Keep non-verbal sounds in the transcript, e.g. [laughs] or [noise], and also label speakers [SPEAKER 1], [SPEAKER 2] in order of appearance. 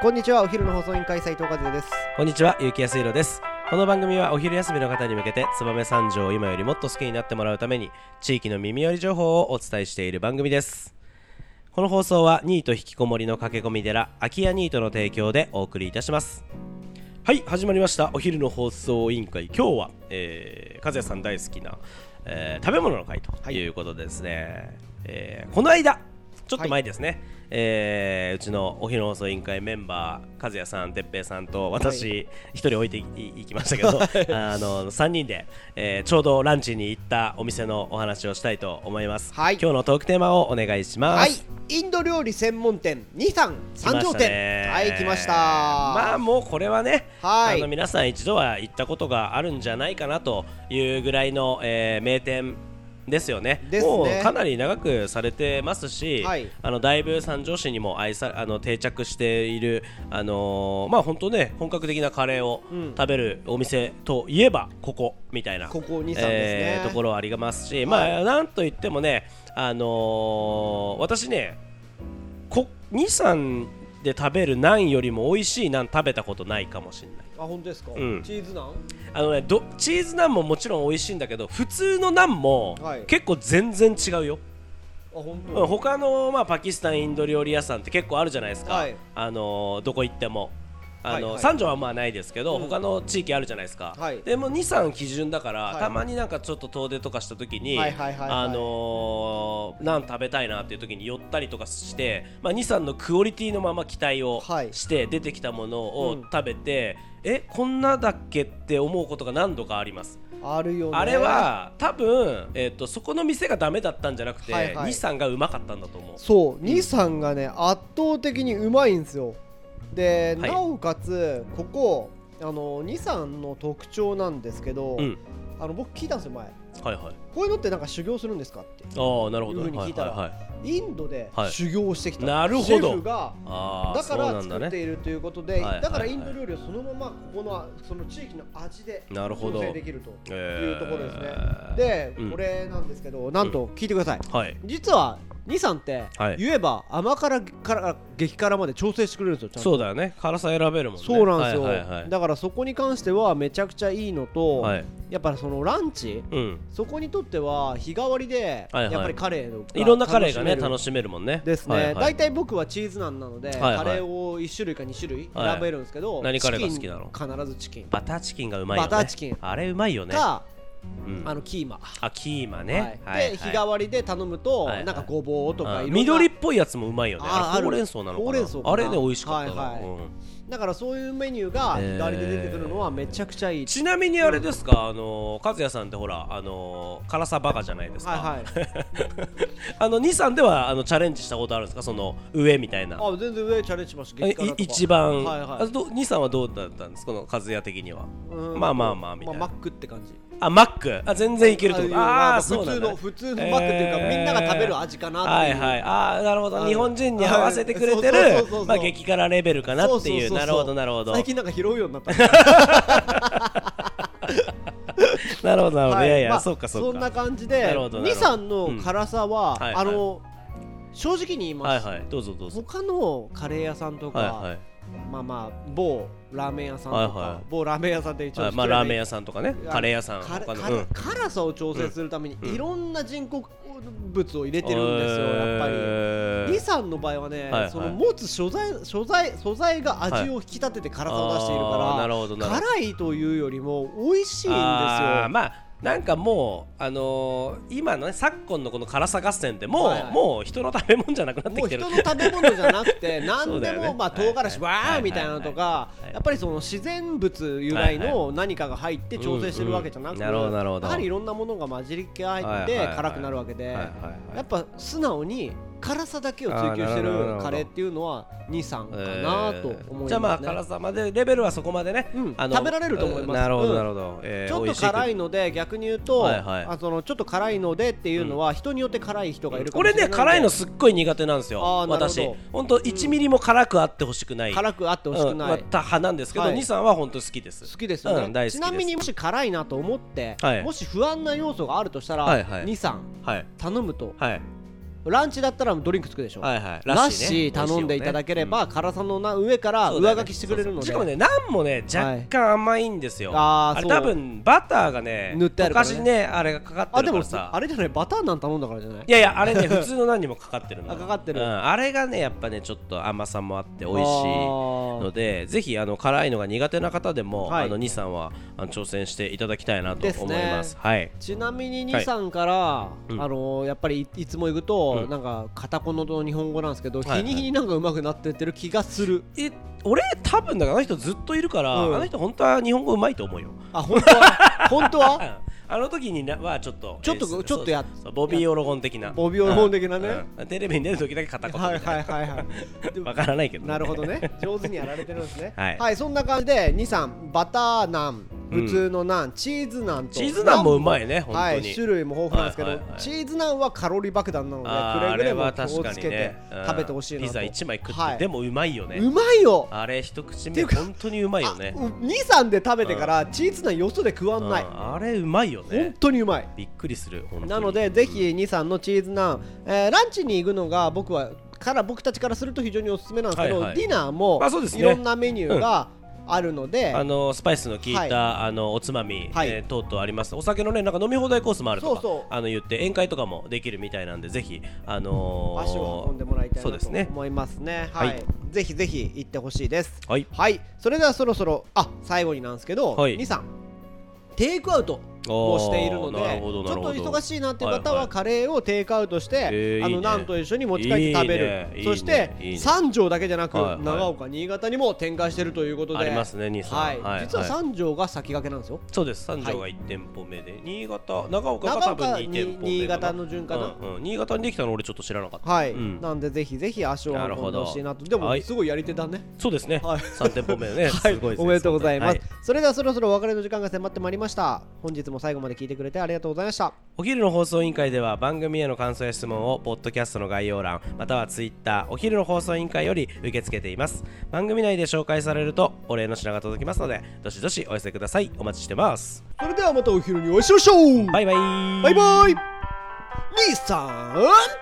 [SPEAKER 1] こんにちはお昼の放送委員会斉藤和也です
[SPEAKER 2] こんにちは、ゆうきやすいろです。この番組はお昼休みの方に向けて、燕三条を今よりもっと好きになってもらうために、地域の耳寄り情報をお伝えしている番組です。この放送は、ニート引きこもりの駆け込み寺、空き家ニートの提供でお送りいたします。はい、始まりました。お昼の放送委員会。今日は、えー、和也さん大好きな、えー食べ物の会ということでですね、えーこの間、ちょっと前ですね、えーうちのお昼の放送委員会メンバー、和也さん、哲平さんと私、一人置いていいいきましたけど、
[SPEAKER 1] [laughs]
[SPEAKER 2] あの3人で、えーちょうどランチに行ったお店のお話をしたいと思います。
[SPEAKER 1] はい
[SPEAKER 2] 今日のトークテーマをお願いします。
[SPEAKER 1] はいインド料理専門店2三三
[SPEAKER 2] 来ま
[SPEAKER 1] 条
[SPEAKER 2] した
[SPEAKER 1] 店
[SPEAKER 2] ね
[SPEAKER 1] はい来ました
[SPEAKER 2] まあもうこれはね、
[SPEAKER 1] はい
[SPEAKER 2] あの皆さん一度は行ったことがあるんじゃないかなというぐらいの、えー名店ですよね
[SPEAKER 1] ですね
[SPEAKER 2] もうかなり長くされてますし、
[SPEAKER 1] はい
[SPEAKER 2] あのだいぶ三条市にも愛さあの定着している、あのーまあ本当ね本格的なカレーを
[SPEAKER 1] うん
[SPEAKER 2] 食べるお店といえばここみたいな
[SPEAKER 1] ここ二三ですね
[SPEAKER 2] えーところはありますし、まあなんといってもね、あのー私ねこ23で食べるナンよりも美味しいナン食べたことないかもしれない
[SPEAKER 1] あ本当ですか、
[SPEAKER 2] うん
[SPEAKER 1] チーズナン
[SPEAKER 2] あのねどチーズナンももちろん美味しいんだけど普通のナンも
[SPEAKER 1] はい
[SPEAKER 2] 結構全然違うよ、
[SPEAKER 1] あ本
[SPEAKER 2] うん
[SPEAKER 1] 当
[SPEAKER 2] 他の、まあ、パキスタンインド料理屋さんって結構あるじゃないですか、
[SPEAKER 1] はい
[SPEAKER 2] あのーどこ行っても。あ
[SPEAKER 1] はい
[SPEAKER 2] の
[SPEAKER 1] はい
[SPEAKER 2] 三条はまあないですけど、
[SPEAKER 1] うん
[SPEAKER 2] 他の地域あるじゃないですか、
[SPEAKER 1] はい
[SPEAKER 2] でも23基準だから、
[SPEAKER 1] はい
[SPEAKER 2] たまになんかちょっと遠出とかした時に、
[SPEAKER 1] はいはいはいはい
[SPEAKER 2] あのー、なん食べたいなっていう時に寄ったりとかして、まあ、23のクオリティのまま期待を
[SPEAKER 1] はい
[SPEAKER 2] して出てきたもの
[SPEAKER 1] う
[SPEAKER 2] を
[SPEAKER 1] ん
[SPEAKER 2] 食べて、えこんなだっけって思うことが何度かあります。
[SPEAKER 1] あるよね
[SPEAKER 2] あれは多分、えっとそこの店がダメだったんじゃなくて、
[SPEAKER 1] はいはい
[SPEAKER 2] 兄さんがうまかったんだと思う
[SPEAKER 1] そう2三がね圧倒的にうまいんですよで、
[SPEAKER 2] はい
[SPEAKER 1] なおかつここあの2三の特徴なんですけど、
[SPEAKER 2] うん
[SPEAKER 1] あの僕聞いたんですよ前
[SPEAKER 2] はいはい
[SPEAKER 1] こういうのってなんか修行するんですかって
[SPEAKER 2] ああなるほど
[SPEAKER 1] いうふうに聞いたら
[SPEAKER 2] はいはいはい
[SPEAKER 1] インドで
[SPEAKER 2] はい
[SPEAKER 1] 修行をしてきた、
[SPEAKER 2] なるほど
[SPEAKER 1] シェフが
[SPEAKER 2] ああ
[SPEAKER 1] だか
[SPEAKER 2] そう
[SPEAKER 1] ら
[SPEAKER 2] なんだ
[SPEAKER 1] 作って
[SPEAKER 2] ね
[SPEAKER 1] いるということで、
[SPEAKER 2] はいはいはい
[SPEAKER 1] だからインド料理をそのままここのその地域の味で
[SPEAKER 2] なるほど
[SPEAKER 1] 調整できるとい
[SPEAKER 2] え
[SPEAKER 1] う
[SPEAKER 2] ー
[SPEAKER 1] ところですね。で、
[SPEAKER 2] うん
[SPEAKER 1] これなんですけど、なんと聞いてください。
[SPEAKER 2] はい
[SPEAKER 1] 実は二さんって
[SPEAKER 2] はい
[SPEAKER 1] 言えば甘辛から激辛まで調整してくれるんですよ。ちゃんと
[SPEAKER 2] そうだよね辛さ選べるもんね
[SPEAKER 1] そうなんですよ、
[SPEAKER 2] はいはいはい
[SPEAKER 1] だからそこに関してはめちゃくちゃいいのと、
[SPEAKER 2] はい
[SPEAKER 1] やっぱりそのランチ
[SPEAKER 2] うん
[SPEAKER 1] そこにとっては日替わりで
[SPEAKER 2] はいはい
[SPEAKER 1] やっぱりカレーのが
[SPEAKER 2] いろんなカレーがね
[SPEAKER 1] 楽しめる
[SPEAKER 2] 楽しめるもんね
[SPEAKER 1] ですね、
[SPEAKER 2] は
[SPEAKER 1] だ
[SPEAKER 2] い
[SPEAKER 1] い
[SPEAKER 2] は
[SPEAKER 1] 大体僕はチーズナンなので、
[SPEAKER 2] はいはい
[SPEAKER 1] カレーを1種類か2種類選べるんですけど、
[SPEAKER 2] はい何カレーが好きなの
[SPEAKER 1] チキン必ずチキン
[SPEAKER 2] バターチキンがうまいよね
[SPEAKER 1] バターチキン
[SPEAKER 2] あれうまいよね
[SPEAKER 1] か、
[SPEAKER 2] うん
[SPEAKER 1] あのキーマ、
[SPEAKER 2] あキーマね
[SPEAKER 1] はいで日替わりで頼むと、
[SPEAKER 2] はいはい
[SPEAKER 1] なんかごぼうとかいろん
[SPEAKER 2] うん
[SPEAKER 1] な
[SPEAKER 2] 緑っぽいやつもうまいよね
[SPEAKER 1] あー
[SPEAKER 2] あ
[SPEAKER 1] あ
[SPEAKER 2] れ
[SPEAKER 1] る
[SPEAKER 2] ほうれん草なのかな
[SPEAKER 1] ほうれん草かな
[SPEAKER 2] あれね美味しかったな
[SPEAKER 1] はいはい
[SPEAKER 2] うん
[SPEAKER 1] だからそういうメニューが日替わりで出てくるのはめちゃくちゃいい、
[SPEAKER 2] ちなみにあれですか、あの和也さんってほら、あの辛さバカじゃないですか、
[SPEAKER 1] はいはい
[SPEAKER 2] あの2、3ではあのチャレンジしたことあるんですか、その上みたいな、
[SPEAKER 1] あ全然上チャレンジしました
[SPEAKER 2] えい
[SPEAKER 1] 激辛とか
[SPEAKER 2] 一番、
[SPEAKER 1] はい
[SPEAKER 2] あ
[SPEAKER 1] は
[SPEAKER 2] ど2、3はどうだったんですか、この和也的には。
[SPEAKER 1] いうん
[SPEAKER 2] まあまあまあみたいな
[SPEAKER 1] マックって感じ
[SPEAKER 2] あ、マック、あ全然いけるってこと、あ
[SPEAKER 1] あ
[SPEAKER 2] あ
[SPEAKER 1] あ普
[SPEAKER 2] ー、
[SPEAKER 1] 通
[SPEAKER 2] そう
[SPEAKER 1] の
[SPEAKER 2] なんだね、
[SPEAKER 1] 普通のマックっていうか、
[SPEAKER 2] えー
[SPEAKER 1] みんなが食べる味かなっ
[SPEAKER 2] は
[SPEAKER 1] てい、
[SPEAKER 2] いうはい、ああ、なるほど、
[SPEAKER 1] はい
[SPEAKER 2] 日本人に合わせてくれて
[SPEAKER 1] はいそうそうそうそう
[SPEAKER 2] る、まあ、激辛レベルかなっていう、
[SPEAKER 1] そそそそ
[SPEAKER 2] なるほど、なるほど、
[SPEAKER 1] 最近なんか拾うようになった
[SPEAKER 2] なるほど、なるほど、いやい
[SPEAKER 1] ま
[SPEAKER 2] や、
[SPEAKER 1] あ
[SPEAKER 2] そうか、そう
[SPEAKER 1] そん
[SPEAKER 2] か
[SPEAKER 1] な、感じで
[SPEAKER 2] なるほどなる
[SPEAKER 1] 2
[SPEAKER 2] ほど
[SPEAKER 1] さんの辛さは、
[SPEAKER 2] うんはい
[SPEAKER 1] あの正直に言いま
[SPEAKER 2] はい
[SPEAKER 1] す、
[SPEAKER 2] はい、どうぞどうぞ、
[SPEAKER 1] 他のカレー屋さんとか、
[SPEAKER 2] はいはい。
[SPEAKER 1] まあまあ某ラーメン屋さんとか、
[SPEAKER 2] はいはい
[SPEAKER 1] 某ラーメン屋さんで一応、
[SPEAKER 2] あまあラーメン屋さんとかね
[SPEAKER 1] あの
[SPEAKER 2] カレー屋さん
[SPEAKER 1] 辛
[SPEAKER 2] 他の
[SPEAKER 1] 辛辛さを調整するために、
[SPEAKER 2] うん
[SPEAKER 1] いろんな人工物を入れてるんですよ、やっぱり。李
[SPEAKER 2] り
[SPEAKER 1] さんの場合はね、
[SPEAKER 2] はいはい
[SPEAKER 1] その持つ所在所在素材が味を引き立てて辛さを出しているから、
[SPEAKER 2] なるほどなるほど
[SPEAKER 1] 辛いというよりも美味しいんですよ。
[SPEAKER 2] あーまあなんかもうあのー今のね昨今のこの辛さ合戦ってもう、
[SPEAKER 1] はいはい
[SPEAKER 2] もう人の食べ物じゃなくなって
[SPEAKER 1] もう
[SPEAKER 2] きてる
[SPEAKER 1] 人の食べ物じゃなくて
[SPEAKER 2] [laughs]
[SPEAKER 1] 何
[SPEAKER 2] う
[SPEAKER 1] で
[SPEAKER 2] だよね
[SPEAKER 1] もまあ唐辛子
[SPEAKER 2] はいはい
[SPEAKER 1] わーみたいなのとか
[SPEAKER 2] はいはい
[SPEAKER 1] やっぱりその自然物由来
[SPEAKER 2] はい
[SPEAKER 1] の何かが入って調整してるわけじゃなくて
[SPEAKER 2] うん
[SPEAKER 1] や
[SPEAKER 2] うんなるほどなるほど
[SPEAKER 1] はりいろんなものが混じり合っ
[SPEAKER 2] はいはい
[SPEAKER 1] て
[SPEAKER 2] はい
[SPEAKER 1] 辛くなるわけで
[SPEAKER 2] はいはいはい
[SPEAKER 1] やっぱ素直に辛さだけを追求して
[SPEAKER 2] あーなるほどなる
[SPEAKER 1] る
[SPEAKER 2] ほど
[SPEAKER 1] カレーっていうのは23
[SPEAKER 2] え
[SPEAKER 1] かな
[SPEAKER 2] ー
[SPEAKER 1] と思いますね。
[SPEAKER 2] じゃあまあ辛さまでレベルはそこまでね、
[SPEAKER 1] うん
[SPEAKER 2] あの
[SPEAKER 1] 食べられると思います
[SPEAKER 2] なるほ
[SPEAKER 1] う
[SPEAKER 2] ど
[SPEAKER 1] ん
[SPEAKER 2] なるほど、えー
[SPEAKER 1] ちょっと辛いので逆に言うと
[SPEAKER 2] はいはい
[SPEAKER 1] あそのちょっと辛いのでっていうのは人によって辛い人がいるかも
[SPEAKER 2] こ
[SPEAKER 1] しれ
[SPEAKER 2] れ
[SPEAKER 1] ない
[SPEAKER 2] ね
[SPEAKER 1] んで
[SPEAKER 2] 辛いのすっごい苦手なんですよ
[SPEAKER 1] あーなるほど
[SPEAKER 2] 私本当1ミリも辛くあってほしくない
[SPEAKER 1] 辛くあってほしく
[SPEAKER 2] うん
[SPEAKER 1] ない
[SPEAKER 2] また派なんですけど、
[SPEAKER 1] はい
[SPEAKER 2] 兄さんは本当好きです
[SPEAKER 1] 好きですよね、
[SPEAKER 2] うん大好きです
[SPEAKER 1] ちなみにもし辛いなと思って、
[SPEAKER 2] はい
[SPEAKER 1] もし不安な要素があるとしたら、
[SPEAKER 2] はいはい
[SPEAKER 1] 23
[SPEAKER 2] はい
[SPEAKER 1] 頼むと
[SPEAKER 2] はい
[SPEAKER 1] ランチだったらドリンクつくでしょ、
[SPEAKER 2] はいはい
[SPEAKER 1] ラッシー
[SPEAKER 2] ラッシーね
[SPEAKER 1] 頼んでいただければ、辛さのな上から
[SPEAKER 2] そうだよ
[SPEAKER 1] 上
[SPEAKER 2] ね
[SPEAKER 1] 書きしてくれるので
[SPEAKER 2] そうそうしかもねナンもね
[SPEAKER 1] はい
[SPEAKER 2] 若干甘いんですよ、
[SPEAKER 1] あー
[SPEAKER 2] れ
[SPEAKER 1] そう
[SPEAKER 2] 多分バターがね
[SPEAKER 1] 塗ってあるからね
[SPEAKER 2] 昔ねあれがかかって
[SPEAKER 1] あ
[SPEAKER 2] る
[SPEAKER 1] で
[SPEAKER 2] か
[SPEAKER 1] も
[SPEAKER 2] らさ
[SPEAKER 1] あれじゃないバターなん頼んだからじゃない
[SPEAKER 2] いやいやあれね普通の何にもかかってるのよ
[SPEAKER 1] あかかってる
[SPEAKER 2] うんあれがねやっぱねちょっと甘さもあって美味しい
[SPEAKER 1] あー
[SPEAKER 2] のでぜひあの辛いのが苦手な方でも、
[SPEAKER 1] はい
[SPEAKER 2] あの2さんはあの挑戦していただきたいなと
[SPEAKER 1] ですね
[SPEAKER 2] 思いますはい
[SPEAKER 1] ちなみに
[SPEAKER 2] は
[SPEAKER 1] 兄
[SPEAKER 2] い
[SPEAKER 1] さんから、
[SPEAKER 2] うん
[SPEAKER 1] あのーやっぱりいいつも行くと、
[SPEAKER 2] うん
[SPEAKER 1] なんか片言の日本語なんですけど、
[SPEAKER 2] いはい
[SPEAKER 1] 日に日になんか上手くなってってる気がする
[SPEAKER 2] え俺多分だからあの人ずっといるから、
[SPEAKER 1] うん
[SPEAKER 2] あの人本当は日本語うまいと思うよ
[SPEAKER 1] あ本当は本当
[SPEAKER 2] [laughs] うん
[SPEAKER 1] は
[SPEAKER 2] あの時になはちょっと
[SPEAKER 1] ちょっと
[SPEAKER 2] えーそう
[SPEAKER 1] ちょっとや
[SPEAKER 2] そうボビーオロゴン的な
[SPEAKER 1] ボビーオロゴン的なね
[SPEAKER 2] うんうんテレビに出る時だけ片言
[SPEAKER 1] はい
[SPEAKER 2] みた
[SPEAKER 1] はいいはいはいで
[SPEAKER 2] な
[SPEAKER 1] も
[SPEAKER 2] わからないけどね
[SPEAKER 1] なるほどね上手にやられてるんですね
[SPEAKER 2] [laughs] はい
[SPEAKER 1] そんな感じで兄さんバターナン
[SPEAKER 2] うん
[SPEAKER 1] 普通のナン、チーズナンと
[SPEAKER 2] チーズナンもうまいね本当に、
[SPEAKER 1] はい、種類も豊富なんですけど、
[SPEAKER 2] はいはいはい
[SPEAKER 1] チーズナンはカロリー爆弾なの
[SPEAKER 2] あー
[SPEAKER 1] でくれぐれ
[SPEAKER 2] あ
[SPEAKER 1] も
[SPEAKER 2] れは
[SPEAKER 1] 気をつけて
[SPEAKER 2] うん
[SPEAKER 1] 食べてほしいなと、
[SPEAKER 2] ピザ1枚食って、
[SPEAKER 1] はい
[SPEAKER 2] でもうまいよね
[SPEAKER 1] うまいよ
[SPEAKER 2] あれ一口
[SPEAKER 1] て
[SPEAKER 2] 目
[SPEAKER 1] いうか
[SPEAKER 2] 本当にうまいよね
[SPEAKER 1] あう兄さんで食べてからチーズナンよそで食わんない、
[SPEAKER 2] うんあれうまいよ
[SPEAKER 1] 本
[SPEAKER 2] ね
[SPEAKER 1] 当にうまい
[SPEAKER 2] びっくりする本当に
[SPEAKER 1] なのでぜひ兄さんのチーズナン、えーランチに行くのが僕はから僕たちからすると非常におすすめなんですけど、
[SPEAKER 2] はいはい
[SPEAKER 1] ディナーも
[SPEAKER 2] まあそうですね
[SPEAKER 1] いろんなメニューがあるので、
[SPEAKER 2] あのスパイスの効いた、
[SPEAKER 1] はい
[SPEAKER 2] あのおつまみ、
[SPEAKER 1] はい
[SPEAKER 2] えー等々ありますお酒のねなんか飲み放題コースもあると
[SPEAKER 1] そ
[SPEAKER 2] か
[SPEAKER 1] うそう
[SPEAKER 2] あの言って宴会とかもできるみたいなんでぜひあのー
[SPEAKER 1] 足を運んでもらいたい
[SPEAKER 2] そう
[SPEAKER 1] な
[SPEAKER 2] で
[SPEAKER 1] と
[SPEAKER 2] すね
[SPEAKER 1] 思いますねはい、
[SPEAKER 2] はい
[SPEAKER 1] ぜひぜひ行ってほしいです
[SPEAKER 2] はい
[SPEAKER 1] はいそれではそろそろあ最後になんですけど、
[SPEAKER 2] はい
[SPEAKER 1] 兄さんテイクアウト
[SPEAKER 2] も
[SPEAKER 1] をしているので
[SPEAKER 2] なる
[SPEAKER 1] ち
[SPEAKER 2] ほど
[SPEAKER 1] ょっ
[SPEAKER 2] なるほ
[SPEAKER 1] と
[SPEAKER 2] ど
[SPEAKER 1] 忙しいなっていう方
[SPEAKER 2] はいは
[SPEAKER 1] はいカレーをテイクアウトして、
[SPEAKER 2] えー
[SPEAKER 1] あ
[SPEAKER 2] いい
[SPEAKER 1] の
[SPEAKER 2] ね
[SPEAKER 1] ナンと一緒に持ち帰って食べる
[SPEAKER 2] いいねいいね
[SPEAKER 1] そして
[SPEAKER 2] いいね
[SPEAKER 1] 三条だけじゃなく、
[SPEAKER 2] はいはい
[SPEAKER 1] 長岡新潟にも展開しているということで
[SPEAKER 2] ありますね兄さん
[SPEAKER 1] はい
[SPEAKER 2] はい
[SPEAKER 1] 実は
[SPEAKER 2] はい
[SPEAKER 1] 三条が先駆けなんですよ、
[SPEAKER 2] そうです三条が1店舗目で、新潟長岡が多分
[SPEAKER 1] 長岡
[SPEAKER 2] 2店舗目
[SPEAKER 1] に新潟の順かな
[SPEAKER 2] うんうん新潟にできたの俺ちょっと知らなかった
[SPEAKER 1] はい、
[SPEAKER 2] うん
[SPEAKER 1] なんでぜひぜひ足を
[SPEAKER 2] なる
[SPEAKER 1] 運
[SPEAKER 2] ほ
[SPEAKER 1] んで
[SPEAKER 2] ど
[SPEAKER 1] ほしいなとでも、
[SPEAKER 2] はい
[SPEAKER 1] すごいやり手だね
[SPEAKER 2] そうですね、
[SPEAKER 1] はい
[SPEAKER 2] 三3店舗目ね、
[SPEAKER 1] [laughs] はい
[SPEAKER 2] すごいですね
[SPEAKER 1] おめでとうございます、
[SPEAKER 2] はい
[SPEAKER 1] それではそろそろお別れの時間が迫ってまいりました本日も最後まで聞いてくれてありがとうございました
[SPEAKER 2] お昼の放送委員会では番組への感想や質問をポッドキャストの概要欄またはツイッターお昼の放送委員会より受け付けています番組内で紹介されるとお礼の品が届きますのでどしどしお寄せくださいお待ちしてます
[SPEAKER 1] それではまたお昼にお会いしましょう
[SPEAKER 2] バイバイ
[SPEAKER 1] バイバイ兄さん